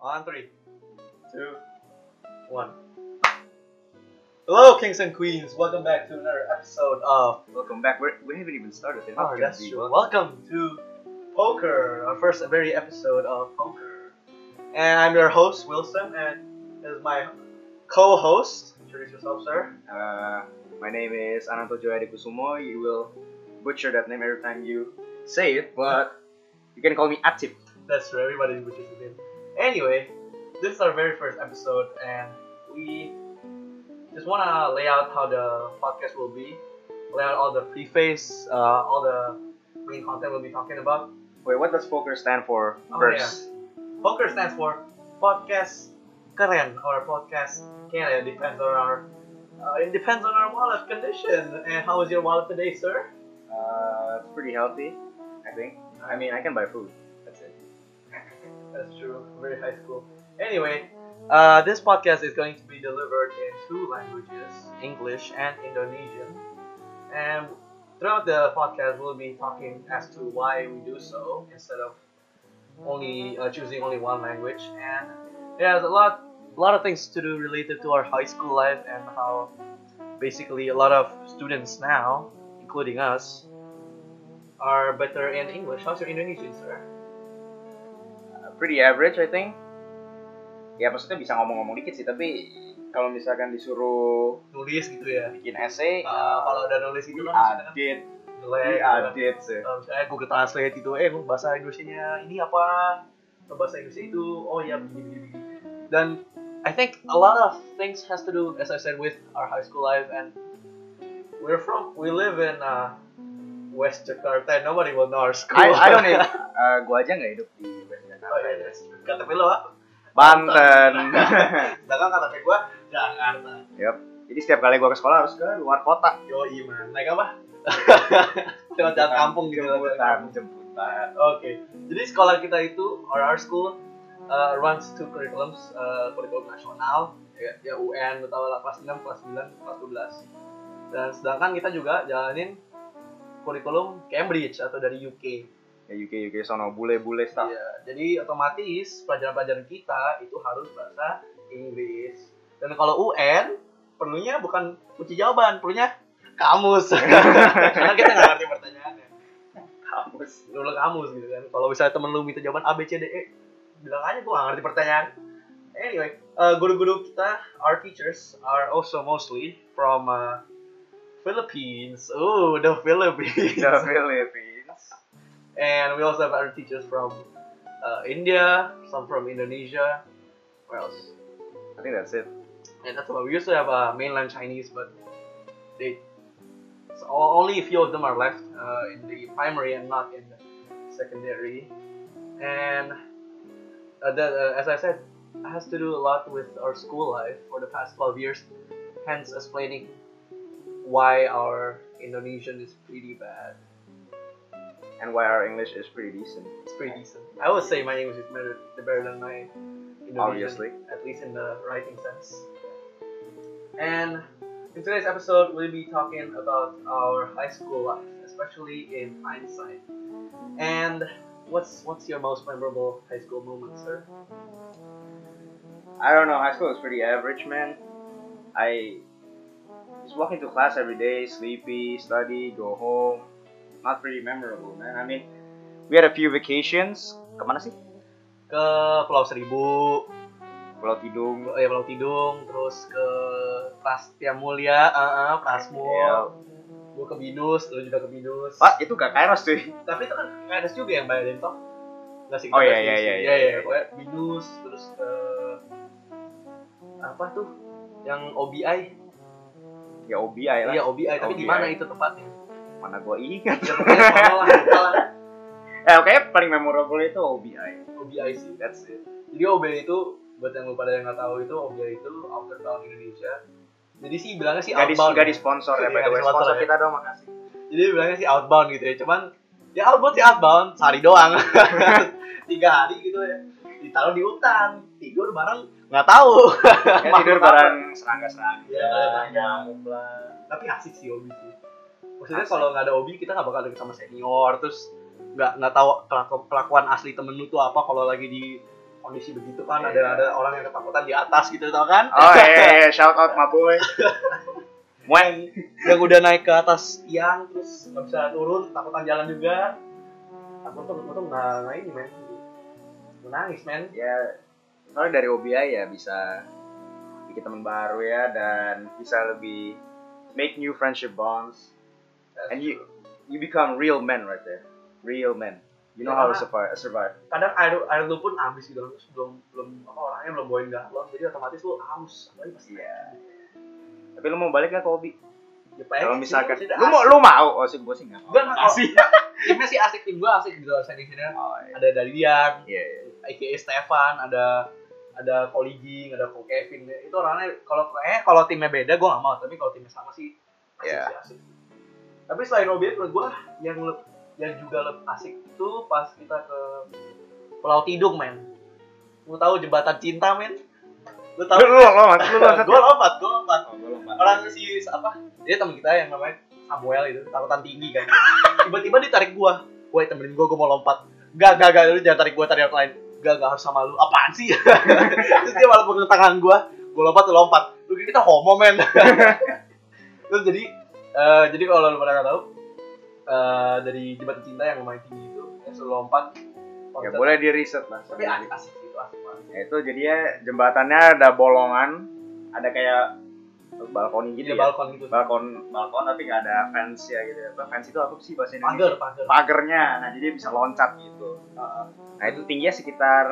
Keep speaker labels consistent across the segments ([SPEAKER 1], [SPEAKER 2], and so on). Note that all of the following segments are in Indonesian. [SPEAKER 1] On three, two, one. Hello, kings and queens. Welcome back to another episode of.
[SPEAKER 2] Welcome back. We're, we haven't even started. They're not
[SPEAKER 1] Oh,
[SPEAKER 2] gonna
[SPEAKER 1] that's
[SPEAKER 2] be
[SPEAKER 1] true.
[SPEAKER 2] well-
[SPEAKER 1] Welcome to Poker, our first very episode of Poker. And I'm your host, Wilson, and this is my co-host. Introduce yourself, sir.
[SPEAKER 2] Uh, my name is Ananto Joyadi Kusumo. You will butcher that name every time you say it, but you can call me Atip.
[SPEAKER 1] That's true. Everybody which is within. Anyway, this is our very first episode, and we just want to lay out how the podcast will be, lay out all the preface, uh, all the main content we'll be talking about.
[SPEAKER 2] Wait, what does poker stand for
[SPEAKER 1] Oh,
[SPEAKER 2] first?
[SPEAKER 1] Poker stands for podcast keren or podcast keren. Depends on our. Uh, it depends on our wallet condition. And how is your wallet today, sir?
[SPEAKER 2] Uh, it's pretty healthy, I think. I mean, I can buy food. That's it.
[SPEAKER 1] That's true. Very high school. Anyway, uh, this podcast is going to be delivered in two languages, English and Indonesian. And throughout the podcast, we'll be talking as to why we do so instead of only uh, choosing only one language. And there's a lot, a lot of things to do related to our high school life and how basically a lot of students now, including us, are better in English. How's your Indonesian, sir?
[SPEAKER 2] Uh, pretty average, I think. Ya maksudnya bisa ngomong-ngomong dikit sih, tapi kalau misalkan disuruh
[SPEAKER 1] Nulis gitu ya?
[SPEAKER 2] bikin essay,
[SPEAKER 1] Uh, kalau udah nulis gitu kan maksudnya Oh, kan
[SPEAKER 2] diadit,
[SPEAKER 1] jelek gitu kan.
[SPEAKER 2] diadit sih.
[SPEAKER 1] Kalau misalnya Google Translate gitu eh lu bahasa Indonesia ini apa Atau bahasa Indonesia itu oh ya begini begini begini. dan I think a lot of things has to do as I said with our high school life and we're from we live in uh, West Jakarta and nobody will know our school
[SPEAKER 2] I, I don't even, uh, gua aja nggak hidup di West
[SPEAKER 1] oh,
[SPEAKER 2] Jakarta.
[SPEAKER 1] iya, ah, that's true. KTP lo apa?
[SPEAKER 2] Banten.
[SPEAKER 1] Sedangkan KTP gua Jakarta
[SPEAKER 2] yep. Jadi setiap kali gua ke sekolah harus ke luar kota.
[SPEAKER 1] Yoi man Naik apa? Lewat jalan kampung gitu lewat jalan kampung.
[SPEAKER 2] Jemputan, jemputan.
[SPEAKER 1] Oke, jadi sekolah kita itu, or our school, uh, runs two curriculums, uh, kurikulum nasional, ya, ya UN, atau lah, kelas 6, kelas 9, kelas 12. Dan sedangkan kita juga jalanin kurikulum Cambridge atau dari UK.
[SPEAKER 2] Ya UK UK sono bule-bule stuff.
[SPEAKER 1] Iya, jadi otomatis pelajaran-pelajaran kita itu harus bahasa Inggris. Dan kalau UN, perlunya bukan kunci jawaban, perlunya kamus. Karena kita nggak ngerti pertanyaannya.
[SPEAKER 2] Kampus.
[SPEAKER 1] lu ulang kamus gitu kan kalau misalnya temen lu minta jawaban A B C D E bilang aja gua gak ngerti pertanyaan anyway uh, guru-guru kita our teachers are also mostly from uh, Philippines oh the Philippines
[SPEAKER 2] The Philippines.
[SPEAKER 1] and we also have other teachers from uh, India some from Indonesia where else
[SPEAKER 2] I think that's it.
[SPEAKER 1] and that's why we used to have uh, mainland Chinese but they so o- only a few of them are left uh, in the primary and not in the secondary. And uh, that, uh, as I said, has to do a lot with our school life for the past 12 years, hence explaining why our Indonesian is pretty bad.
[SPEAKER 2] And why our English is pretty decent,
[SPEAKER 1] It's pretty decent. I would say my English is better, better than my Indonesian.
[SPEAKER 2] obviously.
[SPEAKER 1] at least in the writing sense. And in today's episode, we'll be talking about our high school life, especially in hindsight. And what's what's your most memorable high school moment, sir?
[SPEAKER 2] I don't know. High school is pretty average, man. I just walk into class every day, sleepy, study, go home. Not pretty memorable, man. I mean, we had a few vacations. Kemana sih?
[SPEAKER 1] Ke Pulau Seribu,
[SPEAKER 2] Pulau Tidung.
[SPEAKER 1] eh, Pulau Tidung, terus ke Prastia Mulia, uh -uh, Prasmul, gue ke Binus, lu juga ke Binus.
[SPEAKER 2] Pak, itu gak kairos cuy.
[SPEAKER 1] Tapi itu kan ada juga yang bayarin toh. Enggak sih.
[SPEAKER 2] Oh,
[SPEAKER 1] kita
[SPEAKER 2] iya, iya,
[SPEAKER 1] sih.
[SPEAKER 2] iya,
[SPEAKER 1] Iya
[SPEAKER 2] iya,
[SPEAKER 1] iya.
[SPEAKER 2] iya.
[SPEAKER 1] Gue Binus terus eh, apa tuh? Yang OBI.
[SPEAKER 2] Ya OBI lah.
[SPEAKER 1] Iya OBI, tapi di
[SPEAKER 2] OBI.
[SPEAKER 1] mana itu tempatnya?
[SPEAKER 2] Mana gua ingat.
[SPEAKER 1] Ya pokoknya sono lah, lupa lah.
[SPEAKER 2] Eh, oke, paling memorable itu OBI.
[SPEAKER 1] OBI sih.
[SPEAKER 2] That's it.
[SPEAKER 1] Jadi OBI itu buat yang pada yang nggak tahu itu OBI itu outbound Indonesia. Jadi sih bilangnya sih
[SPEAKER 2] Gak di,
[SPEAKER 1] outbound.
[SPEAKER 2] gak di sponsor
[SPEAKER 1] Iya,
[SPEAKER 2] ya, by the
[SPEAKER 1] nggak di
[SPEAKER 2] way.
[SPEAKER 1] sponsor
[SPEAKER 2] Iya, Sponsor
[SPEAKER 1] ya.
[SPEAKER 2] kita dong, makasih.
[SPEAKER 1] Jadi bilangnya sih outbound gitu ya. Cuman ya outbound sih outbound, sehari doang. Tiga hari gitu ya. Ditaruh di hutan, tidur bareng nggak tahu.
[SPEAKER 2] Ya,
[SPEAKER 1] Makhluk
[SPEAKER 2] tidur
[SPEAKER 1] apa?
[SPEAKER 2] bareng serangga-serangga.
[SPEAKER 1] Iya, bareng
[SPEAKER 2] nyamuk
[SPEAKER 1] tapi asik sih obi sih maksudnya
[SPEAKER 2] Asik.
[SPEAKER 1] kalau nggak ada obi kita nggak bakal deket sama senior terus nggak nggak tahu kelaku- kelakuan asli temen lu tuh apa kalau lagi di kondisi begitu kan ada
[SPEAKER 2] Iya.
[SPEAKER 1] ada orang yang ketakutan di atas gitu tau kan
[SPEAKER 2] Oh iya, iya, shout out my boy. When
[SPEAKER 1] yang udah naik ke atas tiang terus nggak bisa turun ketakutan jalan juga aku tuh aku tuh nggak nggak ini men Gua nangis men
[SPEAKER 2] ya soalnya dari OBI ya bisa bikin teman baru ya dan bisa lebih make new friendship bonds and you you become real men right there. Real men. You know how to survive. survive.
[SPEAKER 1] kadang air air lu pun habis gitu terus belum belum apa orangnya belum bawain galon jadi otomatis lu haus apalagi pasti
[SPEAKER 2] Iya. Tapi lu mau balik nggak ke hobi?
[SPEAKER 1] Ya, pengen
[SPEAKER 2] Kalau
[SPEAKER 1] sih,
[SPEAKER 2] misalkan
[SPEAKER 1] maksudnya
[SPEAKER 2] lu mau
[SPEAKER 1] asik.
[SPEAKER 2] lu mau, oh sih Eh, gua sih nggak mau. Oh,
[SPEAKER 1] Gua nggak mau.
[SPEAKER 2] Asik.
[SPEAKER 1] timnya sih asik tim gua asik di luar sana sini
[SPEAKER 2] Oh, iya.
[SPEAKER 1] ada dari Dian
[SPEAKER 2] Iya, iya.
[SPEAKER 1] aka Stefan ada ada Koligi ada Ko Kevin itu orangnya kalau eh kalau timnya beda gua nggak mau tapi kalau timnya sama sih asik
[SPEAKER 2] Iya.
[SPEAKER 1] sih asik tapi selain OB menurut gua yang leb- yang juga lebih asik itu pas kita ke Pulau Tidung men lu tahu jembatan cinta men lu tahu
[SPEAKER 2] Lu lu lu Mat. lu lu.
[SPEAKER 1] gue lompat gue lompat
[SPEAKER 2] Oh, gua lupa.
[SPEAKER 1] orang si apa dia teman kita yang namanya Samuel itu takutan tinggi kan tiba-tiba ditarik gua woi temenin gua gua mau lompat gak gak gak lu jangan tarik gua tarik yang lain gak gak harus sama lu apaan sih terus dia malah pegang tangan gua gua lompat tuh lompat lu kira kita homo men terus jadi eh, jadi kalau lu pada nggak tahu eh, dari jembatan cinta yang lumayan tinggi itu yang selalu lompat
[SPEAKER 2] Ya boleh di riset lah.
[SPEAKER 1] tapi asik asik gitu asik banget
[SPEAKER 2] Ya, itu jadinya jembatannya ada bolongan, ada kayak balkoni
[SPEAKER 1] jadi
[SPEAKER 2] gitu ya.
[SPEAKER 1] balkon gitu
[SPEAKER 2] balkon balkon tapi nggak ada fans ya gitu ya. Fans itu apa sih bahasa Indonesia?
[SPEAKER 1] pagar pagar
[SPEAKER 2] Pagernya. Nah, jadi bisa loncat gitu.
[SPEAKER 1] Heeh.
[SPEAKER 2] Nah, itu tingginya sekitar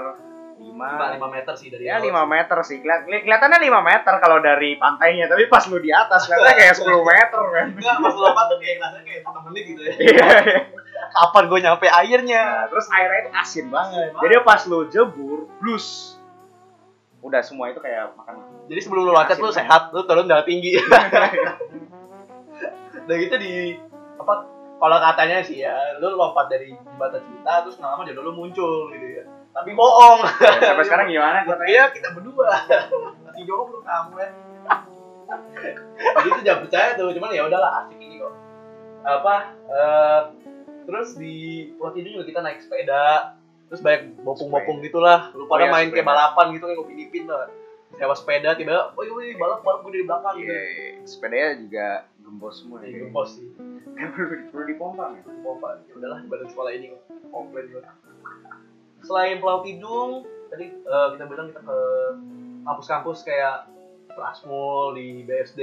[SPEAKER 2] 5
[SPEAKER 1] lima lima meter sih dari
[SPEAKER 2] Ya
[SPEAKER 1] laut.
[SPEAKER 2] 5 meter sih. Kelihat- keli- kelihatannya 5 meter kalau dari pantainya, tapi pas lu di atas kelihatannya kayak 10 meter kan.
[SPEAKER 1] Enggak, pas lompat tuh kayak rasanya kayak 4 menit gitu ya.
[SPEAKER 2] Iya. iya.
[SPEAKER 1] Kapan gue nyampe airnya?
[SPEAKER 2] Nah, terus airnya itu asin banget.
[SPEAKER 1] Asin banget.
[SPEAKER 2] Jadi pas lu jebur, blus. Udah semua itu kayak makan.
[SPEAKER 1] Jadi sebelum lu loncat lu sehat, lu turun dari tinggi. Dan gitu di apa kalau katanya sih ya, lu lompat dari jembatan cinta terus nggak lama jodoh lu muncul gitu ya. Tapi bohong.
[SPEAKER 2] Ya, sampai sekarang gimana katanya?
[SPEAKER 1] Iya, kita berdua. Si Joko belum kamu ya. Iya. Jadi itu jangan percaya tuh, cuman ya udahlah asik ini kok. Apa eh, terus di Pulau Tidung juga kita naik sepeda. Terus banyak bopong-bopong gitulah. Lu
[SPEAKER 2] Oh
[SPEAKER 1] pada
[SPEAKER 2] iya,
[SPEAKER 1] main kayak
[SPEAKER 2] sepeda.
[SPEAKER 1] balapan gitu kayak ngopi dipin tuh. Sewa sepeda tiba, oh iya balap balap gue dari belakang gitu.
[SPEAKER 2] Iya, sepedanya juga gembos semua
[SPEAKER 1] Jadi
[SPEAKER 2] ya.
[SPEAKER 1] gempos sih.
[SPEAKER 2] perlu perlu dipompang ya.
[SPEAKER 1] Pompa. Ya udahlah ibadah sekolah ini kok. komplain gue. Selain Pulau Tidung, tadi eh, kita bilang kita ke kampus-kampus kayak Prasmul di BSD,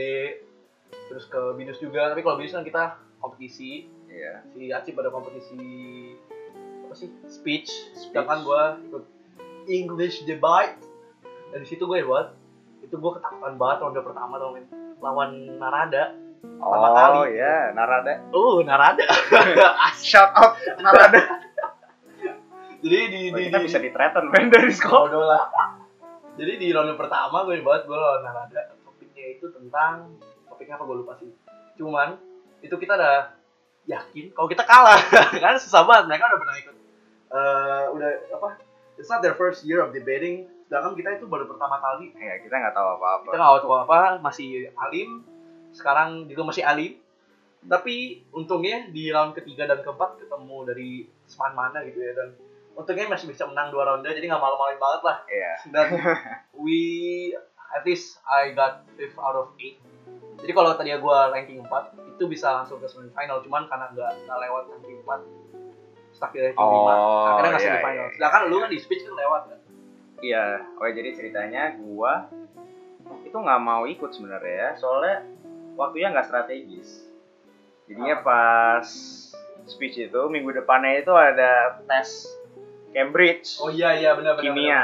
[SPEAKER 1] terus ke Binus juga. Tapi kalau Binus kan kita kompetisi,
[SPEAKER 2] Iya.
[SPEAKER 1] si Acip pada kompetisi apa sih? Speech.
[SPEAKER 2] Speech.
[SPEAKER 1] Sedangkan gue ikut English debate. Dari situ gue ya buat itu gue ketakutan banget ronde pertama tau men. lawan Narada. Pertama kali.
[SPEAKER 2] Oh iya, Narada.
[SPEAKER 1] Uh, Narada.
[SPEAKER 2] Shout out Narada.
[SPEAKER 1] Jadi di,
[SPEAKER 2] Wah,
[SPEAKER 1] di,
[SPEAKER 2] Oh, kita
[SPEAKER 1] di-
[SPEAKER 2] bisa di-threaten men dari sekolah.
[SPEAKER 1] Bodoh lah. Jadi di ronde pertama gue buat gue lawan Narada. Topiknya itu tentang topiknya apa gue lupa sih. Cuman itu kita udah yakin kalau kita kalah kan susah banget mereka udah pernah ikut eh udah apa it's not their first year of debating sedangkan kita itu baru pertama kali
[SPEAKER 2] Iya, kita nggak tahu apa-apa.
[SPEAKER 1] kita nggak tahu apa masih alim sekarang juga masih alim tapi untungnya di round ketiga dan keempat ketemu dari seman mana gitu ya dan untungnya masih bisa menang dua ronde jadi nggak malu-maluin banget lah
[SPEAKER 2] Iya.
[SPEAKER 1] dan we at least I got fifth out of eight. Jadi kalau tadi gue ranking 4, itu bisa langsung ke semifinal. Cuman karena nggak nggak lewat ranking 4, stuck di ranking
[SPEAKER 2] Oh,
[SPEAKER 1] 5. Akhirnya nggak
[SPEAKER 2] iya,
[SPEAKER 1] semifinal.
[SPEAKER 2] iya, iya.
[SPEAKER 1] Sedangkan lu kan di speech kan lewat kan.
[SPEAKER 2] Iya. Oh, jadi ceritanya gua itu nggak mau ikut sebenarnya, ya. soalnya waktunya nggak strategis. Jadinya pas speech itu minggu depannya itu ada tes Cambridge.
[SPEAKER 1] Oh iya iya benar benar.
[SPEAKER 2] kimia.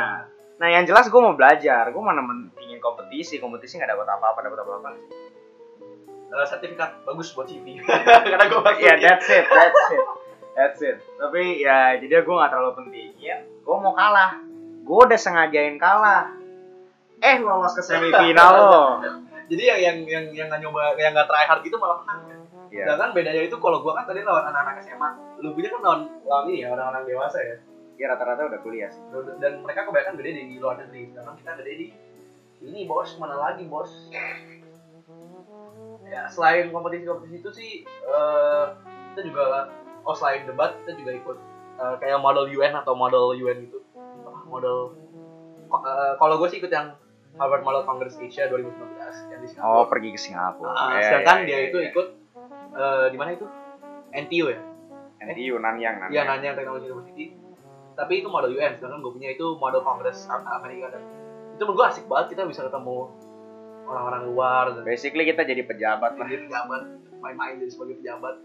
[SPEAKER 2] Nah yang jelas gue mau belajar, gue mana pentingin kompetisi, kompetisi nggak dapat apa-apa, dapat apa-apa.
[SPEAKER 1] benar. Eh, sertifikat bagus buat CV. karena gue masuk.
[SPEAKER 2] Iya, that's it, that's it, that's it. Tapi ya jadi gue nggak terlalu pentingin, gue mau kalah, gue udah sengajain kalah. Eh lolos ke semifinal lo.
[SPEAKER 1] Jadi yang yang yang yang nggak nyoba yang nggak try hard gitu malah menang. kan?
[SPEAKER 2] Iya,
[SPEAKER 1] Sedangkan bedanya itu kalau gue kan tadi lawan anak-anak SMA, lu punya kan lawan lawan ini ya orang-orang dewasa ya.
[SPEAKER 2] ya rata-rata udah kuliah sih.
[SPEAKER 1] dan mereka kebanyakan gede di luar negeri sedangkan kita gede di ini bos mana lagi bos ya selain kompetisi-kompetisi itu sih eh, kita juga oh selain debat kita juga ikut eh, kayak model UN atau model UN gitu Apa, model ko- eh, kalau gue sih ikut yang Harvard Model Congress Asia 2019 yang di
[SPEAKER 2] Oh,
[SPEAKER 1] Singapura.
[SPEAKER 2] pergi ke Singapura.
[SPEAKER 1] Ah,
[SPEAKER 2] Ya,
[SPEAKER 1] sedangkan
[SPEAKER 2] ya,
[SPEAKER 1] dia
[SPEAKER 2] ya,
[SPEAKER 1] itu
[SPEAKER 2] ya.
[SPEAKER 1] ikut eh, di mana itu? NTU ya?
[SPEAKER 2] NTU Nanyang namanya.
[SPEAKER 1] Iya, Nanyang Technology University. Tapi itu model UN, sedangkan gue punya itu model Congress Am- Amerika dan itu menurut gue asik banget kita bisa ketemu orang-orang luar dan
[SPEAKER 2] Basically kita jadi pejabat lah.
[SPEAKER 1] jadi pejabat main-main jadi sebagai pejabat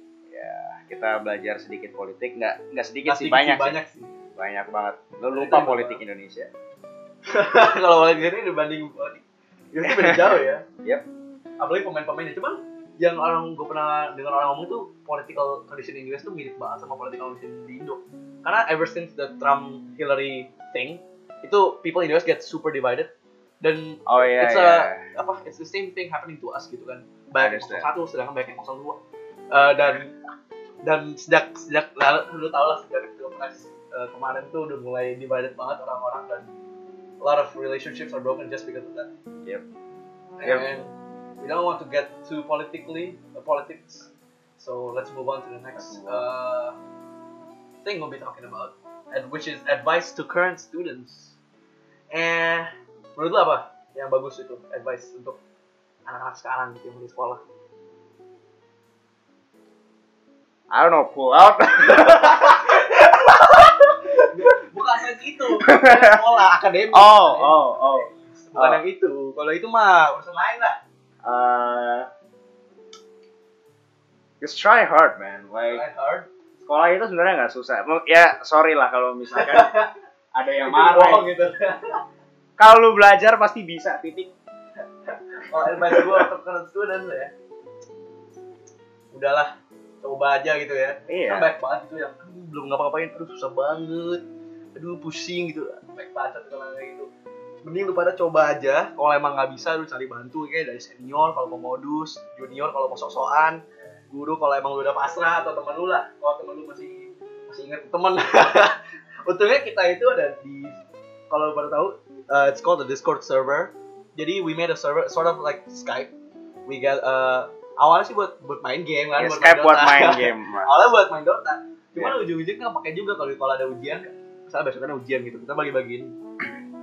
[SPEAKER 2] Kita belajar sedikit politik, nggak nggak sedikit
[SPEAKER 1] Nggak
[SPEAKER 2] Iya sih
[SPEAKER 1] sedikit
[SPEAKER 2] banyak, sih.
[SPEAKER 1] banyak sih
[SPEAKER 2] banyak banget. Lu
[SPEAKER 1] Itu
[SPEAKER 2] lupa politik Indonesia.
[SPEAKER 1] kalau oleh ini dibanding itu beda jauh ya
[SPEAKER 2] Yep.
[SPEAKER 1] apalagi pemain-pemainnya cuman yang orang gue pernah dengar orang ngomong tuh political condition in US tuh mirip banget sama political condition di Indo karena ever since the Trump Hillary thing itu people in US get super divided dan
[SPEAKER 2] Oh iya
[SPEAKER 1] It's
[SPEAKER 2] iya.
[SPEAKER 1] apa it's the same thing happening to us gitu kan banyak yang
[SPEAKER 2] Understand.
[SPEAKER 1] satu sedangkan banyak yang dua Eh, dan dan sejak sejak lalu lu tau lah sejak pilpres eh, kemarin tuh udah mulai divided banget orang-orang dan a lot of relationships are broken just because of that
[SPEAKER 2] Yep.
[SPEAKER 1] and
[SPEAKER 2] Yep.
[SPEAKER 1] we don't want to get too politically uh, politics so let's move on to the next
[SPEAKER 2] Let's
[SPEAKER 1] uh,
[SPEAKER 2] move
[SPEAKER 1] thing we'll be talking about and which is advice to current students eh menurut lo apa yang bagus itu advice untuk anak-anak sekarang gitu yang di sekolah
[SPEAKER 2] I don't know, pull out.
[SPEAKER 1] bukan saat itu sekolah akademik
[SPEAKER 2] oh, oh, oh.
[SPEAKER 1] bukan
[SPEAKER 2] Oh.
[SPEAKER 1] yang itu kalau itu mah urusan lain lah
[SPEAKER 2] Uh, just try hard, man. Like
[SPEAKER 1] I heard
[SPEAKER 2] sekolah itu sebenarnya nggak susah. Mo- Ya sorry lah kalau misalkan ada yang
[SPEAKER 1] itu bohong
[SPEAKER 2] marah.
[SPEAKER 1] gitu
[SPEAKER 2] Kalau lu belajar pasti bisa. Titik.
[SPEAKER 1] kalau advice gue untuk current student ya udahlah coba aja gitu ya kan
[SPEAKER 2] Iya.
[SPEAKER 1] banyak banget itu yang "Aduh, belum ngapa-ngapain aduh susah banget aduh pusing gitu baik bacot kalau kayak gitu mending lu pada coba aja kalau emang nggak bisa lu cari bantu kayak dari senior kalau mau modus junior kalau mau sok-sokan guru kalau emang lu udah pasrah atau teman lu lah kalau teman lu masih masih inget teman untungnya kita itu ada di kalau lu pada tahu uh, it's called the Discord server jadi we made a server sort of like Skype we got uh, awalnya sih buat buat main game kan
[SPEAKER 2] Ya,
[SPEAKER 1] buat
[SPEAKER 2] Skype buat
[SPEAKER 1] Dota.
[SPEAKER 2] main game. Mas.
[SPEAKER 1] awalnya buat main Dota cuman ujung-ujungnya pakai juga kalau kalau ada ujian misalnya besok ada ujian gitu kita bagi-bagiin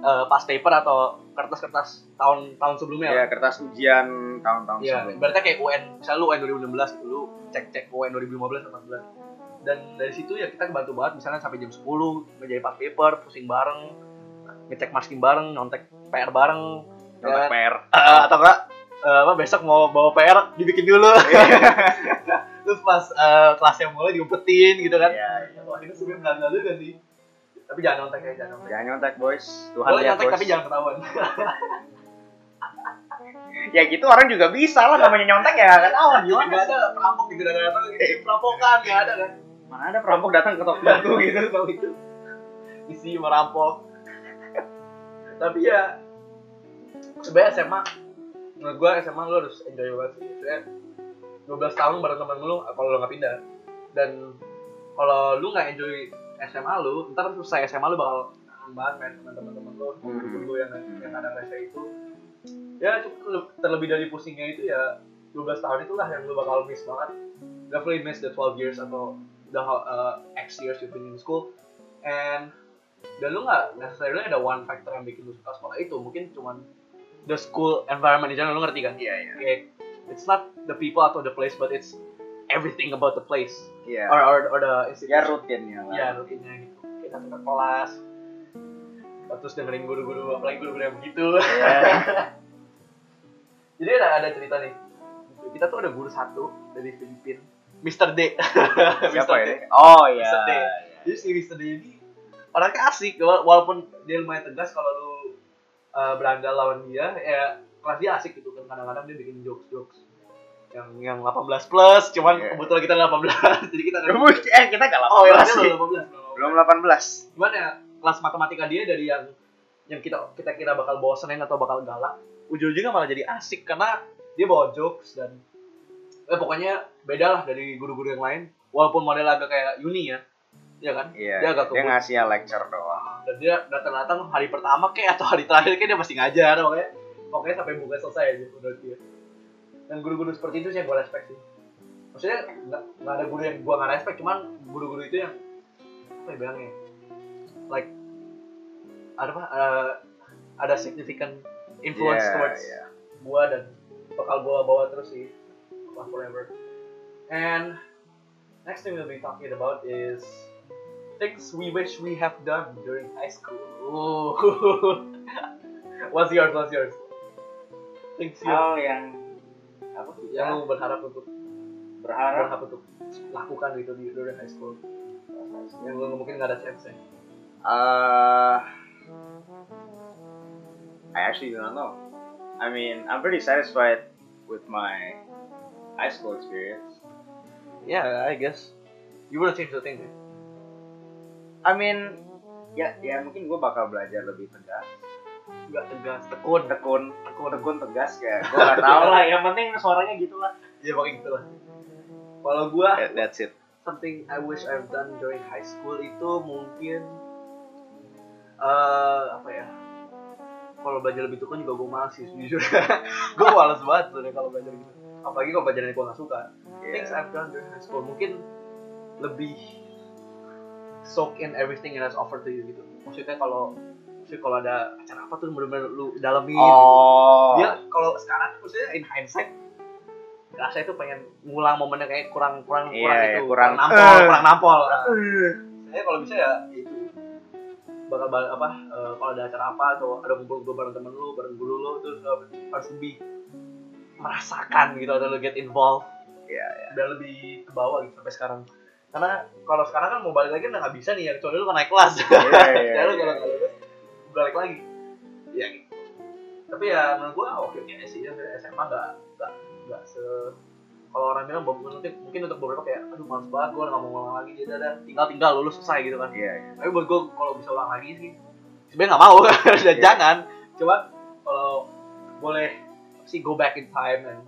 [SPEAKER 1] eh, past paper atau kertas-kertas tahun tahun sebelumnya
[SPEAKER 2] Ya
[SPEAKER 1] lah.
[SPEAKER 2] kertas ujian tahun-tahun
[SPEAKER 1] Iya,
[SPEAKER 2] sebelumnya.
[SPEAKER 1] berarti kayak UN misalnya lu UN 2016 gitu lu cek-cek UN 2015 18 dan dari situ ya kita bantu banget misalnya sampai jam 10 ngerjain past paper pusing bareng ngecek masking bareng nyontek PR bareng
[SPEAKER 2] Nonton
[SPEAKER 1] dan-
[SPEAKER 2] PR.
[SPEAKER 1] Eh, atau enggak eh, apa besok mau bawa PR dibikin dulu terus pas eh, kelasnya mulai diumpetin gitu kan
[SPEAKER 2] Iya.
[SPEAKER 1] Wah, itu sebenarnya benar-benar juga sih. Tapi jangan nyontek ya, jangan nyontek.
[SPEAKER 2] Jangan nyontek boys. Tuhan
[SPEAKER 1] Boleh
[SPEAKER 2] lihat
[SPEAKER 1] nyontek
[SPEAKER 2] boys.
[SPEAKER 1] tapi jangan ketahuan.
[SPEAKER 2] Ya gitu orang juga bisa lah namanya nyontek ya nggak ketahuan gimana.
[SPEAKER 1] Gak ada perampok gitu, gak ada gitu, perampokan, gak ada kan.
[SPEAKER 2] Mana ada perampok datang ketok pintu gitu.
[SPEAKER 1] tau itu. Isi merampok. tapi ya, sebenarnya SMA, menurut gua SMA lu harus enjoy banget sih. Maksudnya, 12 tahun bareng temen lu ah, kalau lu gak pindah. Dan kalau lu gak enjoy SMA lu, ntar selesai SMA lu bakal kangen banget main sama teman-teman lu,
[SPEAKER 2] Hmm.
[SPEAKER 1] dulu yang yang ada rasa itu ya cukup terlebih dari pusingnya itu ya 12 tahun itulah yang lu bakal miss banget definitely miss the 12 years atau the how- uh, X years you've been in school and dan lu nggak necessarily ada one factor yang bikin lu suka sekolah itu mungkin cuman the school environment di general lu ngerti kan
[SPEAKER 2] Iya iya.
[SPEAKER 1] kayak it's not the people atau the place but it's everything about the place
[SPEAKER 2] Iya.
[SPEAKER 1] or or, or the
[SPEAKER 2] Ya
[SPEAKER 1] institution
[SPEAKER 2] rutinnya lah.
[SPEAKER 1] ya rutinnya gitu kita ke kelas terus dengerin guru-guru apalagi guru-guru yang begitu
[SPEAKER 2] Iya.
[SPEAKER 1] jadi ada ada cerita nih kita tuh ada guru satu dari Filipina Mr. D
[SPEAKER 2] Siapa
[SPEAKER 1] Mr.
[SPEAKER 2] ya?
[SPEAKER 1] D.
[SPEAKER 2] Oh iya.
[SPEAKER 1] Mr. D jadi si Mr. D ini orangnya asik wala- walaupun dia lumayan tegas kalau lu uh, berandal lawan dia ya kelas dia asik gitu kan kadang-kadang dia bikin jokes-jokes yang yang 18 plus cuman
[SPEAKER 2] Iya.
[SPEAKER 1] kebetulan kita 18 jadi kita ada
[SPEAKER 2] Belum, eh kita gak
[SPEAKER 1] oh ya
[SPEAKER 2] 18
[SPEAKER 1] dia
[SPEAKER 2] sih.
[SPEAKER 1] belum 18 belum
[SPEAKER 2] Belum 18.
[SPEAKER 1] cuman ya kelas matematika dia dari yang yang kita kita kira bakal bosenin atau bakal galak ujung-ujungnya malah jadi asik karena dia bawa jokes dan eh, pokoknya beda lah dari guru-guru yang lain walaupun model agak kayak Uni ya ya kan
[SPEAKER 2] Iya.
[SPEAKER 1] Dia agak
[SPEAKER 2] Dia
[SPEAKER 1] kebun.
[SPEAKER 2] ngasih ya lecture doang.
[SPEAKER 1] dan dia datang-datang hari pertama kayak atau hari terakhir kayak dia masih ngajar pokoknya pokoknya sampai buka selesai aja menurut dia dan guru-guru seperti itu sih yang gue respect sih maksudnya nggak nggak ada guru yang gue nggak respect cuman guru-guru itu yang apa ya bilangnya like ada apa eh, ada significant influence
[SPEAKER 2] yeah,
[SPEAKER 1] towards
[SPEAKER 2] yeah.
[SPEAKER 1] gua dan bakal gua bawa terus sih Bakal forever and next thing we'll be talking about is things we wish we have done during high school Ooh. what's yours what's yours things you
[SPEAKER 2] Hal Oh, yang apa sih?
[SPEAKER 1] yang lu berharap untuk
[SPEAKER 2] berharap
[SPEAKER 1] berharap untuk lakukan gitu di during high school yang lu mungkin nggak ada chance ya. nya
[SPEAKER 2] Uh, I actually don't know. I mean, I'm pretty satisfied with my high school experience.
[SPEAKER 1] yeah Ya, I guess you would change the thing eh?
[SPEAKER 2] I mean, ya ya mungkin gue bakal belajar lebih tegas,
[SPEAKER 1] nggak tegas tekun
[SPEAKER 2] tekun,
[SPEAKER 1] tekun
[SPEAKER 2] tekun tegas ya. Gue gak tau lah. Yang penting suaranya gitu lah.
[SPEAKER 1] ya pakai gitu lah kalau gua
[SPEAKER 2] That- that's it.
[SPEAKER 1] something I wish I've done during high school itu mungkin eh apa ya kalau belajar lebih tekun juga gue malas sih jujur gue malas banget sebenarnya kalau belajar gitu apalagi kalau pelajaran yang gue gak suka things
[SPEAKER 2] Yeah.
[SPEAKER 1] I've done during high school mungkin lebih soak in everything yang has offered to you gitu maksudnya kalau maksudnya kalau ada acara apa tuh bener-bener lu dalemin
[SPEAKER 2] Oh.
[SPEAKER 1] dia kalau sekarang tuh maksudnya in hindsight rasa itu pengen ngulang momennya kayak kurang kurang kurang
[SPEAKER 2] Iya,
[SPEAKER 1] itu
[SPEAKER 2] iya, kurang-
[SPEAKER 1] nampol
[SPEAKER 2] Eh.
[SPEAKER 1] kurang nampol
[SPEAKER 2] Eh.
[SPEAKER 1] saya kalau bisa ya itu bakal bal- apa eh, kalau ada acara apa atau ada kumpul kumpul bareng temen lu bareng guru lu itu eh, harus lebih merasakan gitu atau lu get involved
[SPEAKER 2] Iya,
[SPEAKER 1] biar lebih ke bawah gitu sampai sekarang karena kalau sekarang kan mau balik lagi udah nggak bisa nih ya kecuali lu kan naik kelas
[SPEAKER 2] Iya, iya,
[SPEAKER 1] Kayak lu
[SPEAKER 2] iya.
[SPEAKER 1] kalau kalau lu balik lagi. Ya gitu. Tapi ya menurut gua oke oke sih ya SMA nggak nggak nggak se kalau orang bilang "Bob, mungkin mungkin untuk beberapa kayak aduh males banget gua nggak mau ulang lagi jadi ada tinggal tinggal lulus selesai gitu kan.
[SPEAKER 2] Iya, iya.
[SPEAKER 1] Tapi buat gua kalau bisa ulang lagi sih sebenarnya nggak mau dan
[SPEAKER 2] Iya.
[SPEAKER 1] jangan. Coba kalau boleh apa sih go back in time and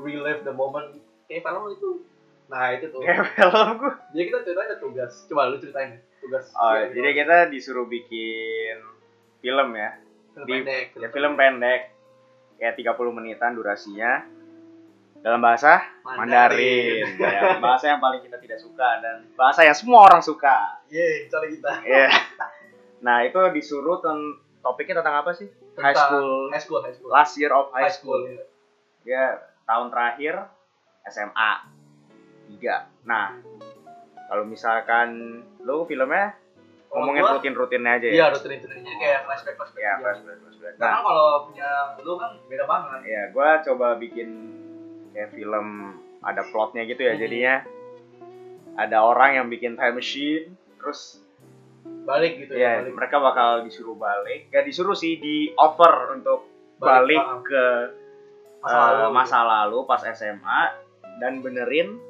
[SPEAKER 1] relive the moment kayak film itu. Nah itu tuh.
[SPEAKER 2] Kayak film gue.
[SPEAKER 1] Jadi kita ceritain ada tugas. Coba lu ceritain ya, tugas.
[SPEAKER 2] Oh,
[SPEAKER 1] Iya,
[SPEAKER 2] jadi kita disuruh bikin film ya.
[SPEAKER 1] film
[SPEAKER 2] di-
[SPEAKER 1] pendek,
[SPEAKER 2] Ya, film pendek. Kayak 30 menitan durasinya. Dalam bahasa Mandarin. Ya, bahasa yang paling kita tidak suka dan bahasa yang semua orang suka.
[SPEAKER 1] Yeay, cara kita.
[SPEAKER 2] Iya. Nah, itu disuruh ten- topiknya tentang apa sih? High
[SPEAKER 1] Tentang
[SPEAKER 2] school.
[SPEAKER 1] High school, high school.
[SPEAKER 2] Last year of high
[SPEAKER 1] High
[SPEAKER 2] school.
[SPEAKER 1] school.
[SPEAKER 2] ya tahun terakhir SMA 3. Nah, kalau misalkan lu filmnya
[SPEAKER 1] Kalau
[SPEAKER 2] ngomongin
[SPEAKER 1] gua,
[SPEAKER 2] rutin-rutinnya aja ya.
[SPEAKER 1] Iya, harus rutin-rutinnya kayak flashback, flashback.
[SPEAKER 2] Ya,
[SPEAKER 1] gitu.
[SPEAKER 2] flashback, flashback. Nah,
[SPEAKER 1] Karena kalau punya lu kan beda banget.
[SPEAKER 2] ya gua coba bikin kayak film ada plotnya gitu ya.
[SPEAKER 1] Mhm.
[SPEAKER 2] Jadinya ada orang yang bikin time machine terus
[SPEAKER 1] Balik gitu
[SPEAKER 2] ya
[SPEAKER 1] balik.
[SPEAKER 2] mereka bakal disuruh balik. Gak disuruh sih, di offer untuk balik,
[SPEAKER 1] paham.
[SPEAKER 2] ke
[SPEAKER 1] Masa
[SPEAKER 2] eh,
[SPEAKER 1] lalu.
[SPEAKER 2] masa lalu pas SMA dan benerin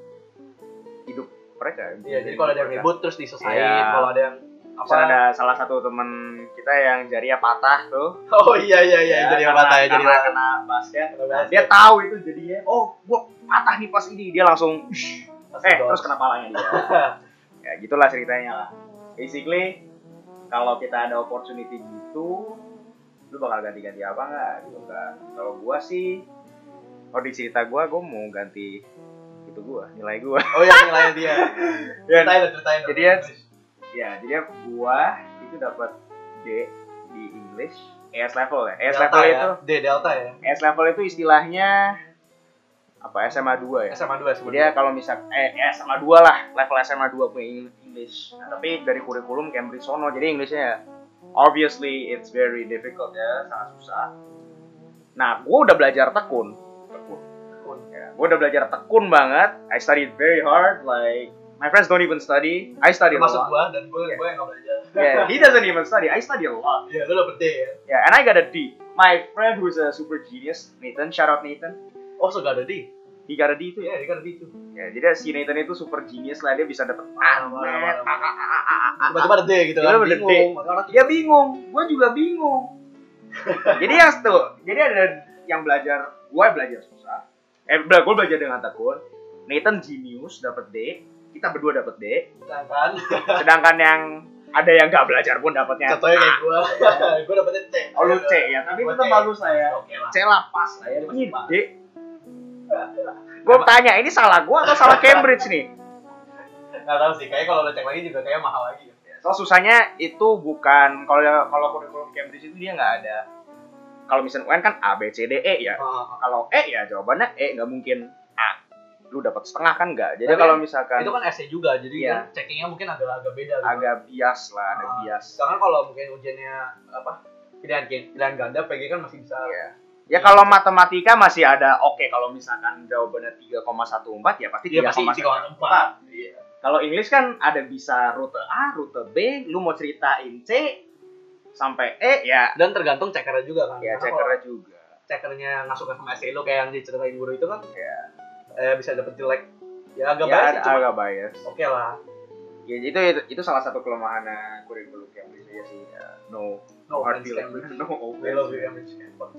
[SPEAKER 2] hidup mereka.
[SPEAKER 1] Iya, jadi kalau ada yang
[SPEAKER 2] Mereka.
[SPEAKER 1] ribut terus diselesaikan,
[SPEAKER 2] Iya.
[SPEAKER 1] kalau ada yang apa?
[SPEAKER 2] Misalnya ada salah satu temen kita yang jarinya patah tuh.
[SPEAKER 1] Oh iya iya iya, jadi
[SPEAKER 2] karena-
[SPEAKER 1] yang patah ya, jadi
[SPEAKER 2] karena
[SPEAKER 1] yang-
[SPEAKER 2] kena basket.
[SPEAKER 1] kena
[SPEAKER 2] Nah,
[SPEAKER 1] basket.
[SPEAKER 2] dia tahu itu jadinya. Oh, gua patah nih pas ini. Dia langsung eh
[SPEAKER 1] Terus
[SPEAKER 2] terus kena palanya dia. ya gitulah ceritanya lah. Basically kalau kita ada opportunity gitu, lu bakal ganti-ganti apa nggak? Gitu kan. Kalau gua sih, kalau di cerita gua, gua mau ganti itu gua, nilai gua.
[SPEAKER 1] Oh iya, nilainya dia. Ceritain dong, ceritain dong.
[SPEAKER 2] Jadi ya- Ya, jadi gua itu dapat D di English, ES level ya.
[SPEAKER 1] Delta
[SPEAKER 2] ES level
[SPEAKER 1] ya.
[SPEAKER 2] itu,
[SPEAKER 1] D Delta ya.
[SPEAKER 2] ES level itu istilahnya apa SMA 2 ya.
[SPEAKER 1] SMA 2
[SPEAKER 2] Jadi ya kalau misal eh ya SMA 2 lah, level SMA 2 punya Eng- English. Nah, tapi dari kurikulum Cambridge sono, jadi Inggrisnya ya obviously it's very difficult ya, sangat susah. Nah, gua udah belajar tekun. Tekun. Ya, gua udah belajar tekun banget. I studied very hard like my friends don't even study. I study a
[SPEAKER 1] Masuk
[SPEAKER 2] lot.
[SPEAKER 1] gua dan gua gua yang nggak belajar.
[SPEAKER 2] Yeah, he doesn't even study. I study a lot.
[SPEAKER 1] Iya, lu dapet D ya.
[SPEAKER 2] Yeah, and I got a D. My friend who's a super genius, Nathan, shout out Nathan.
[SPEAKER 1] Oh, so gak ada D.
[SPEAKER 2] He got a D itu
[SPEAKER 1] Iya,
[SPEAKER 2] ya.
[SPEAKER 1] dia kan ada D tuh.
[SPEAKER 2] Ya, jadi si Nathan itu super genius lah, dia bisa dapet
[SPEAKER 1] Parah, parah, parah, parah. tiba-tiba ada D gitu kan
[SPEAKER 2] Tiba-tiba ada D.
[SPEAKER 1] bingung makanya orang
[SPEAKER 2] Dia bingung, gue juga bingung. jadi yang tuh, jadi ada yang belajar, gue belajar susah. Eh, gue belajar dengan tekun. Nathan genius dapet D, kita berdua dapet D.
[SPEAKER 1] tiba kan
[SPEAKER 2] Sedangkan yang ada yang gak belajar pun dapetnya
[SPEAKER 1] contohnya kayak gue gue dapetnya C
[SPEAKER 2] Iya. Oh lu C ya, tapi
[SPEAKER 1] Gua
[SPEAKER 2] tetap
[SPEAKER 1] C.
[SPEAKER 2] bagus lah ya.
[SPEAKER 1] oke lah
[SPEAKER 2] C lah pas lah ya.
[SPEAKER 1] Masih pas.
[SPEAKER 2] Gue tanya, ini salah gue atau salah Cambridge nih?
[SPEAKER 1] nggak tahu sih kayaknya kalau lo cek lagi juga kayaknya mahal lagi ya
[SPEAKER 2] Soal susahnya itu bukan kalau kalau kurikulum Cambridge itu dia nggak ada. Kalau misalnya UN kan A B C D E ya.
[SPEAKER 1] Ah,
[SPEAKER 2] Kalau E ya jawabannya E nggak mungkin A. Lu dapat setengah kan nggak? Jadi
[SPEAKER 1] Tapi
[SPEAKER 2] kalau misalkan
[SPEAKER 1] itu kan essay juga, jadi
[SPEAKER 2] Iya.
[SPEAKER 1] kan checkingnya mungkin agak agak beda. Gitu.
[SPEAKER 2] agak bias lah, ada
[SPEAKER 1] Ah.
[SPEAKER 2] bias.
[SPEAKER 1] Sedangkan kalau mungkin ujiannya apa pilihan pilihan ganda, PG kan masih bisa.
[SPEAKER 2] Iya. Ya kalau matematika masih ada oke kalau misalkan jawabannya 3,14 ya pasti
[SPEAKER 1] Dia Iya, pasti
[SPEAKER 2] 3,14.
[SPEAKER 1] 3,4. Iya.
[SPEAKER 2] Kalau Inggris kan ada bisa rute A, rute B, lu mau ceritain C sampai E ya
[SPEAKER 1] Dan tergantung checkernya juga kan. Karena
[SPEAKER 2] ya
[SPEAKER 1] kalau
[SPEAKER 2] checkernya juga.
[SPEAKER 1] checkernya nggak suka sama essay lo kayak yang diceritain guru itu kan
[SPEAKER 2] Ya.
[SPEAKER 1] eh, bisa dapet jelek. Ya agak
[SPEAKER 2] ya,
[SPEAKER 1] baik
[SPEAKER 2] ada-
[SPEAKER 1] sih, cuma
[SPEAKER 2] agak bias.
[SPEAKER 1] oke lah.
[SPEAKER 2] Ya itu itu, itu salah satu kelemahan kurikulum Cambridge ya sih. ya. no
[SPEAKER 1] No
[SPEAKER 2] hard
[SPEAKER 1] offense
[SPEAKER 2] feeling,
[SPEAKER 1] Cambridge.
[SPEAKER 2] no
[SPEAKER 1] We love
[SPEAKER 2] offense.
[SPEAKER 1] you Cambridge. Campbell.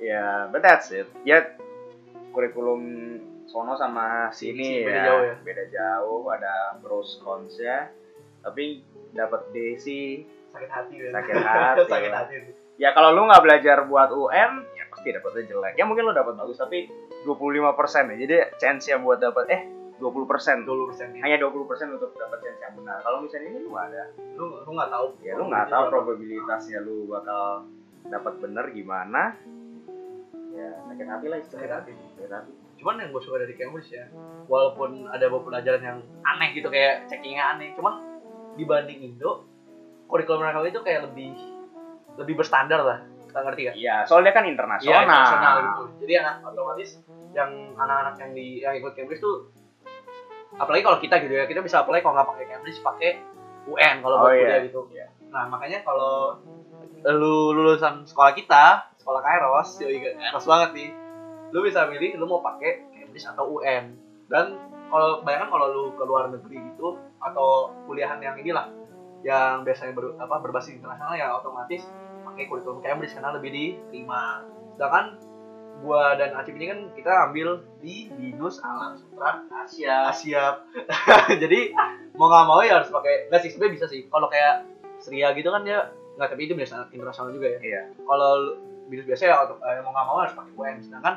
[SPEAKER 2] Ya, but that's it. Ya kurikulum sono sama
[SPEAKER 1] Sini
[SPEAKER 2] sini
[SPEAKER 1] beda
[SPEAKER 2] ya,
[SPEAKER 1] jauh ya.
[SPEAKER 2] beda jauh, ada pros cons-nya. Tapi dapat D sih.
[SPEAKER 1] Sakit hati kan.
[SPEAKER 2] Sakit hati,
[SPEAKER 1] Sakit
[SPEAKER 2] lah.
[SPEAKER 1] hati.
[SPEAKER 2] Ya kalau lu nggak belajar buat UM, ya pasti dapatnya jelek. Ya mungkin lu dapat bagus tapi 25% ya. Jadi chance-nya buat dapat eh 20%.
[SPEAKER 1] 20% nya.
[SPEAKER 2] Hanya 20% untuk dapat chance yang benar. Kalau misalnya ini lu ada,
[SPEAKER 1] Lu lu nggak tahu.
[SPEAKER 2] ya lu nggak tahu probabilitasnya lu bakal dapat benar gimana. Ya sakit hati lah
[SPEAKER 1] Sakit
[SPEAKER 2] istilahnya.
[SPEAKER 1] hati.
[SPEAKER 2] Sakit hati.
[SPEAKER 1] cuman yang gue suka dari Cambridge ya walaupun ada beberapa pelajaran yang aneh gitu kayak checkingnya aneh cuman dibanding Indo kurikulum mereka itu kayak lebih lebih berstandar lah kita ngerti kan
[SPEAKER 2] Iya, soalnya kan
[SPEAKER 1] Iya,
[SPEAKER 2] internasional.
[SPEAKER 1] internasional gitu jadi anak otomatis yang anak-anak yang di yang ikut Cambridge tuh apalagi kalau kita gitu ya kita bisa apply kalau nggak pakai Cambridge pakai UN kalau
[SPEAKER 2] Oh,
[SPEAKER 1] buat
[SPEAKER 2] iya.
[SPEAKER 1] kuliah gitu
[SPEAKER 2] Iya.
[SPEAKER 1] nah makanya kalau lu lulusan sekolah kita sekolah Kairos yoi, Kairos banget nih lu bisa milih lu mau pakai Cambridge atau UN dan kalau bayangkan kalau lu ke luar negeri gitu atau kuliahan yang inilah yang biasanya ber, apa berbasis internasional ya otomatis pakai kurikulum Cambridge karena lebih diterima sedangkan gua dan Acip ini kan kita ambil di Binus Alam Sutra
[SPEAKER 2] Asia.
[SPEAKER 1] Asia jadi mau nggak mau ya harus pakai nggak sih sebenarnya bisa sih kalau kayak Sria gitu kan dia nggak tapi itu biasa internasional juga ya
[SPEAKER 2] Iya.
[SPEAKER 1] kalau lu- Binus biasa ya otom- eh, mau nggak mau harus pakai UN sedangkan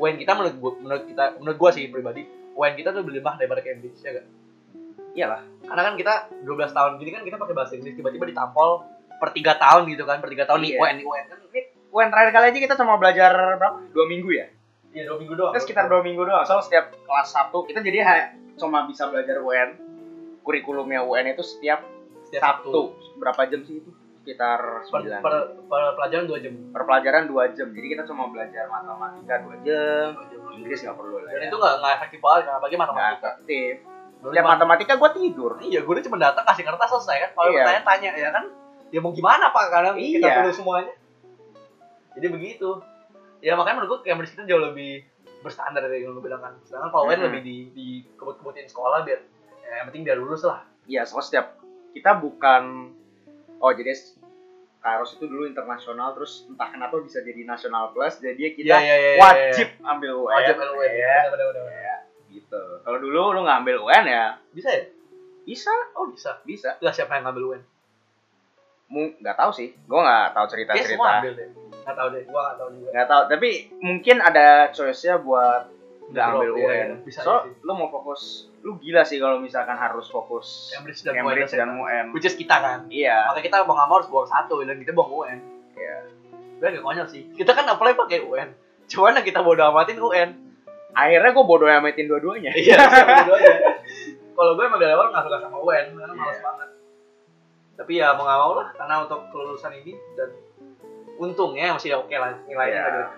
[SPEAKER 1] UN kita menurut gua, menurut kita menurut gua sih pribadi UN kita tuh lebih lemah daripada Cambridge ya gak?
[SPEAKER 2] Iyalah.
[SPEAKER 1] karena kan kita 12 tahun gini kan kita pakai bahasa Inggris tiba-tiba ditampol per 3 tahun gitu kan per 3 tahun nih
[SPEAKER 2] Iya.
[SPEAKER 1] UN UN kan ini
[SPEAKER 2] UN terakhir kali aja kita cuma belajar berapa? Dua minggu ya?
[SPEAKER 1] ya 2 minggu doang
[SPEAKER 2] Kita sekitar dua minggu doang. Soalnya setiap kelas Sabtu kita jadi ha- cuma bisa belajar UN. Kurikulumnya UN itu setiap
[SPEAKER 1] Setiap
[SPEAKER 2] Sabtu. Berapa jam sih itu? Sekitar
[SPEAKER 1] per,
[SPEAKER 2] 9. Per,
[SPEAKER 1] per, per pelajaran 2 jam
[SPEAKER 2] pelajaran 2 jam. Jadi kita cuma belajar matematika 2 jam.
[SPEAKER 1] Dua jam. Iya.
[SPEAKER 2] Inggris nggak perlu lah
[SPEAKER 1] dan
[SPEAKER 2] ya.
[SPEAKER 1] itu nggak nggak efektif banget karena bagi
[SPEAKER 2] Nggak
[SPEAKER 1] matematika
[SPEAKER 2] efektif. Iya,
[SPEAKER 1] Dulu
[SPEAKER 2] Setiap
[SPEAKER 1] cuma-
[SPEAKER 2] matematika gue tidur.
[SPEAKER 1] Iya, gue cuma datang kasih kertas selesai kan. Kalau
[SPEAKER 2] Iya.
[SPEAKER 1] bertanya tanya ya kan, ya mau gimana pak? Karena kita
[SPEAKER 2] Iya.
[SPEAKER 1] perlu semuanya. Jadi begitu. Ya makanya menurut gue Cambridge kita jauh lebih berstandar dari yang lu bilang kan. Sedangkan kalau lain
[SPEAKER 2] Mhm.
[SPEAKER 1] lebih di, di kebut-kebutin sekolah biar ya, yang penting biar lulus lah.
[SPEAKER 2] Iya, soalnya setiap kita bukan oh jadi Kairos itu dulu internasional terus entah kenapa bisa jadi nasional plus jadi kita
[SPEAKER 1] Iya, iya, iya, iya,
[SPEAKER 2] wajib ambil UN.
[SPEAKER 1] Wajib LUN.
[SPEAKER 2] Iya,
[SPEAKER 1] Ya. Bener, bener, bener.
[SPEAKER 2] iya, gitu. Kalau dulu lu nggak ambil UN ya
[SPEAKER 1] Bisa ya?
[SPEAKER 2] bisa
[SPEAKER 1] Oh bisa.
[SPEAKER 2] bisa.
[SPEAKER 1] Lah siapa yang ngambil UN?
[SPEAKER 2] Mu- Nggak tahu sih, gue nggak tahu cerita
[SPEAKER 1] Kayaknya Ya, Iya, semua
[SPEAKER 2] cerita.
[SPEAKER 1] ambil deh. Gak tau deh, gue gak tau juga.
[SPEAKER 2] Nggak tahu, tapi mungkin ada choice-nya buat nggak ambil
[SPEAKER 1] Drop,
[SPEAKER 2] UN.
[SPEAKER 1] iya, iya. Bisa
[SPEAKER 2] so,
[SPEAKER 1] aja sih.
[SPEAKER 2] lu mau fokus, lu gila sih kalau misalkan harus fokus
[SPEAKER 1] Cambridge dan
[SPEAKER 2] Cambridge
[SPEAKER 1] UN.
[SPEAKER 2] dan UN.
[SPEAKER 1] Which is kita kan.
[SPEAKER 2] Iya.
[SPEAKER 1] Makanya kita mau nggak mau harus buang satu dan kita buang UN.
[SPEAKER 2] Iya.
[SPEAKER 1] Gue agak konyol sih. Kita kan apply pakai UN. Cuman yang kita bodo amatin UN.
[SPEAKER 2] Akhirnya gue bodoh amatin dua-duanya.
[SPEAKER 1] Iya, bodohnya. Kalau gue emang dari awal nggak suka sama UN, karena males
[SPEAKER 2] Iya.
[SPEAKER 1] banget. Tapi ya mau nggak mau lah, karena untuk kelulusan ini dan untungnya masih oke lah nilainya.
[SPEAKER 2] Iya.
[SPEAKER 1] nggak jelek.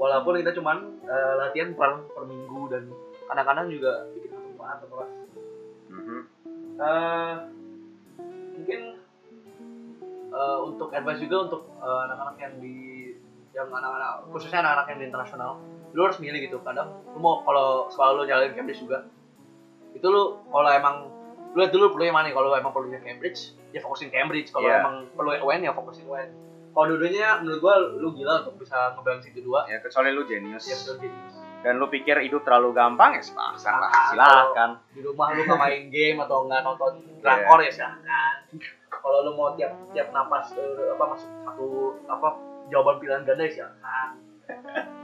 [SPEAKER 1] Walaupun kita cuman eh, latihan per, per minggu dan kadang-kadang juga bikin pertemuan atau kelas.
[SPEAKER 2] Mhm.
[SPEAKER 1] Eh, mungkin eh, untuk advice juga untuk eh, anak-anak yang di yang anak-anak khususnya anak-anak yang di internasional lu harus milih gitu kadang lu mau kalau soal lu nyalain Cambridge juga itu lu kalau emang lu lihat dulu perlunya mana nih. kalau emang perlunya Cambridge ya fokusin Cambridge kalau
[SPEAKER 2] Iya.
[SPEAKER 1] emang perlu UN ya fokusin UN kalau dua-duanya menurut gua lu gila untuk bisa ngebalance itu dua
[SPEAKER 2] ya kecuali lu jenius
[SPEAKER 1] ya betul genius
[SPEAKER 2] dan lu pikir hidup terlalu gampang ya silahkan lah
[SPEAKER 1] Ah,
[SPEAKER 2] silahkan
[SPEAKER 1] di rumah lu nggak main game atau nggak nonton drakor ya silahkan kalau lu mau tiap tiap napas eh, apa masuk satu apa jawaban pilihan ganda ya silahkan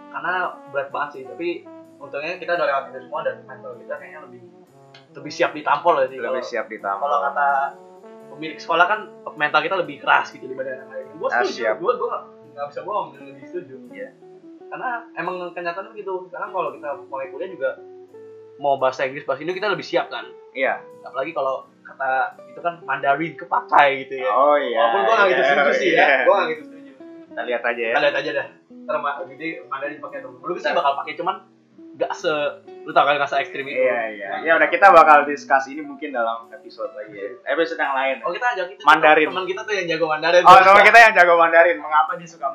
[SPEAKER 1] karena berat banget sih tapi untungnya kita udah lewat itu semua dan mental kita kayaknya lebih lebih siap ditampol ya sih
[SPEAKER 2] lebih
[SPEAKER 1] kalau-
[SPEAKER 2] siap ditambah
[SPEAKER 1] kalau kata milik sekolah kan mental kita lebih keras gitu dibanding anak lain. Gue
[SPEAKER 2] Ah,
[SPEAKER 1] setuju,
[SPEAKER 2] siap.
[SPEAKER 1] gue gue nggak bisa bohong, gue lebih setuju.
[SPEAKER 2] Iya.
[SPEAKER 1] Karena emang kenyataannya begitu. Sekarang kalau kita mulai kuliah juga mau bahasa Inggris bahasa Indo kita lebih siap kan.
[SPEAKER 2] Iya.
[SPEAKER 1] Apalagi kalau kata itu kan Mandarin kepakai gitu ya.
[SPEAKER 2] Oh iya.
[SPEAKER 1] Walaupun gue nggak gitu
[SPEAKER 2] iya,
[SPEAKER 1] setuju sih
[SPEAKER 2] iya.
[SPEAKER 1] ya, Iya, gue nggak gitu setuju.
[SPEAKER 2] Kita lihat aja ya.
[SPEAKER 1] Kita lihat aja dah. Ntar ma- jadi Mandarin pakai temen. Lu sih bakal pakai cuman nggak se, lu tau kan rasa ekstrim itu.
[SPEAKER 2] Iya iya. Ya udah kita bakal discuss ini mungkin dalam episode lagi ya. Episode yang lain.
[SPEAKER 1] Oh iya, kita ajak itu
[SPEAKER 2] Mandarin.
[SPEAKER 1] teman kita tuh yang jago Mandarin.
[SPEAKER 2] Oh, teman kita yang jago Mandarin. Mengapa dia suka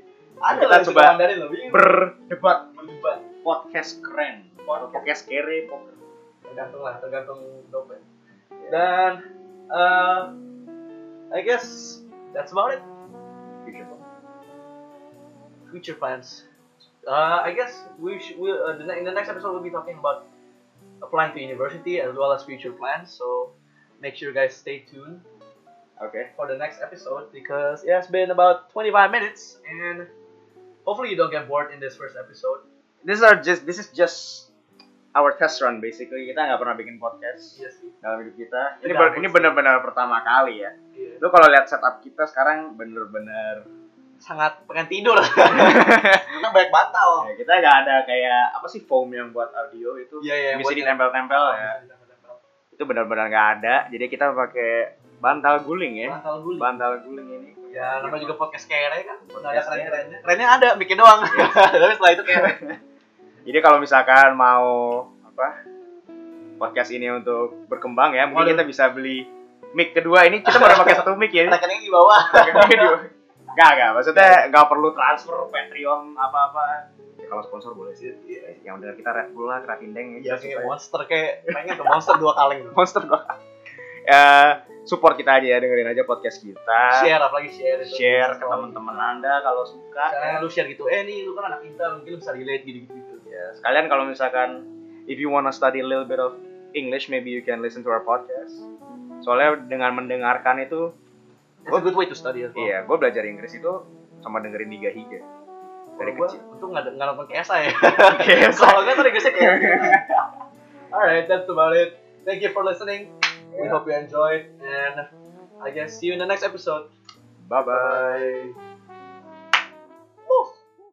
[SPEAKER 1] Iya. Ada
[SPEAKER 2] Kita
[SPEAKER 1] lah yang
[SPEAKER 2] coba
[SPEAKER 1] suka Mandarin loh. bingung.
[SPEAKER 2] Berdebat
[SPEAKER 1] berdebat.
[SPEAKER 2] podcast keren. Podcast kere. podcast-
[SPEAKER 1] Tergantung lah, tergantung dompet. Dan eh I guess that's about it.
[SPEAKER 2] Gitu.
[SPEAKER 1] Future plans. Uh, I guess we should, we, uh, the, ne- in the next episode we'll be talking about applying to university as well as future plans. So make sure you guys stay tuned
[SPEAKER 2] Oke.
[SPEAKER 1] for the next episode because it has been about 25 minutes and hopefully you don't get bored in this first episode.
[SPEAKER 2] This are just this is just our test run basically. Kita nggak pernah bikin podcast
[SPEAKER 1] Yes.
[SPEAKER 2] dalam hidup kita.
[SPEAKER 1] Iya.
[SPEAKER 2] Ini
[SPEAKER 1] Kita
[SPEAKER 2] ber-
[SPEAKER 1] hapus.
[SPEAKER 2] ini benar-benar pertama kali ya.
[SPEAKER 1] Iya.
[SPEAKER 2] Lu kalau lihat setup kita sekarang bener-bener
[SPEAKER 1] Sangat pengen tidur. Karena banyak bantal.
[SPEAKER 2] Ya, kita nggak ada kayak apa sih foam yang buat audio
[SPEAKER 1] Oh.
[SPEAKER 2] itu
[SPEAKER 1] Iya, iya, yang buat-
[SPEAKER 2] bisa
[SPEAKER 1] Iya.
[SPEAKER 2] ditempel-tempel ya itu benar-benar nggak ada jadi kita pakai bantal guling ya
[SPEAKER 1] Bantal guling.
[SPEAKER 2] bantal guling ini
[SPEAKER 1] Ya, namanya juga podcast kere kan. Nggak ada Iya.
[SPEAKER 2] Podcast
[SPEAKER 1] keren-kerennya. Kerennya ada, bikin doang. Tapi setelah itu kere.
[SPEAKER 2] jadi kalau misalkan mau apa podcast ini untuk berkembang ya mungkin
[SPEAKER 1] Waduh.
[SPEAKER 2] kita bisa beli mic kedua ini kita baru pakai satu mic ya
[SPEAKER 1] Rekeningnya di bawah.
[SPEAKER 2] Gak, gak. Maksudnya nggak perlu transfer Patreon apa-apa. Ya, kalau sponsor boleh sih. Yang benar kita Red Bull lah, gitu. Kratindeng.
[SPEAKER 1] Iya, kayak monster kayak pengen tuh monster dua kaleng. tuh.
[SPEAKER 2] Monster doang. Ya, support kita aja ya, dengerin aja podcast kita.
[SPEAKER 1] Share apalagi share itu.
[SPEAKER 2] Share ke teman-teman Anda kalau suka.
[SPEAKER 1] Karena lu share gitu, eh nih lu kan anak pintar, mungkin lu bisa relate gitu-gitu.
[SPEAKER 2] Ya,
[SPEAKER 1] Iya.
[SPEAKER 2] sekalian kalau misalkan if you wanna study a little bit of English, maybe you can listen to our podcast. Soalnya dengan mendengarkan itu,
[SPEAKER 1] Oh. It's a good way to study as well.
[SPEAKER 2] iya, gue belajar Inggris itu sama dengerin Liga Higa dari
[SPEAKER 1] Gua
[SPEAKER 2] kecil.
[SPEAKER 1] Untung nggak nggak nonton KSI ya.
[SPEAKER 2] Oke, so-
[SPEAKER 1] Kalau nggak tadi gue sih kayak. gitu. Alright, that's about it. Thank you for listening. We hope you enjoyed, and I guess see you in the next episode.
[SPEAKER 2] bye-bye.
[SPEAKER 1] Bye.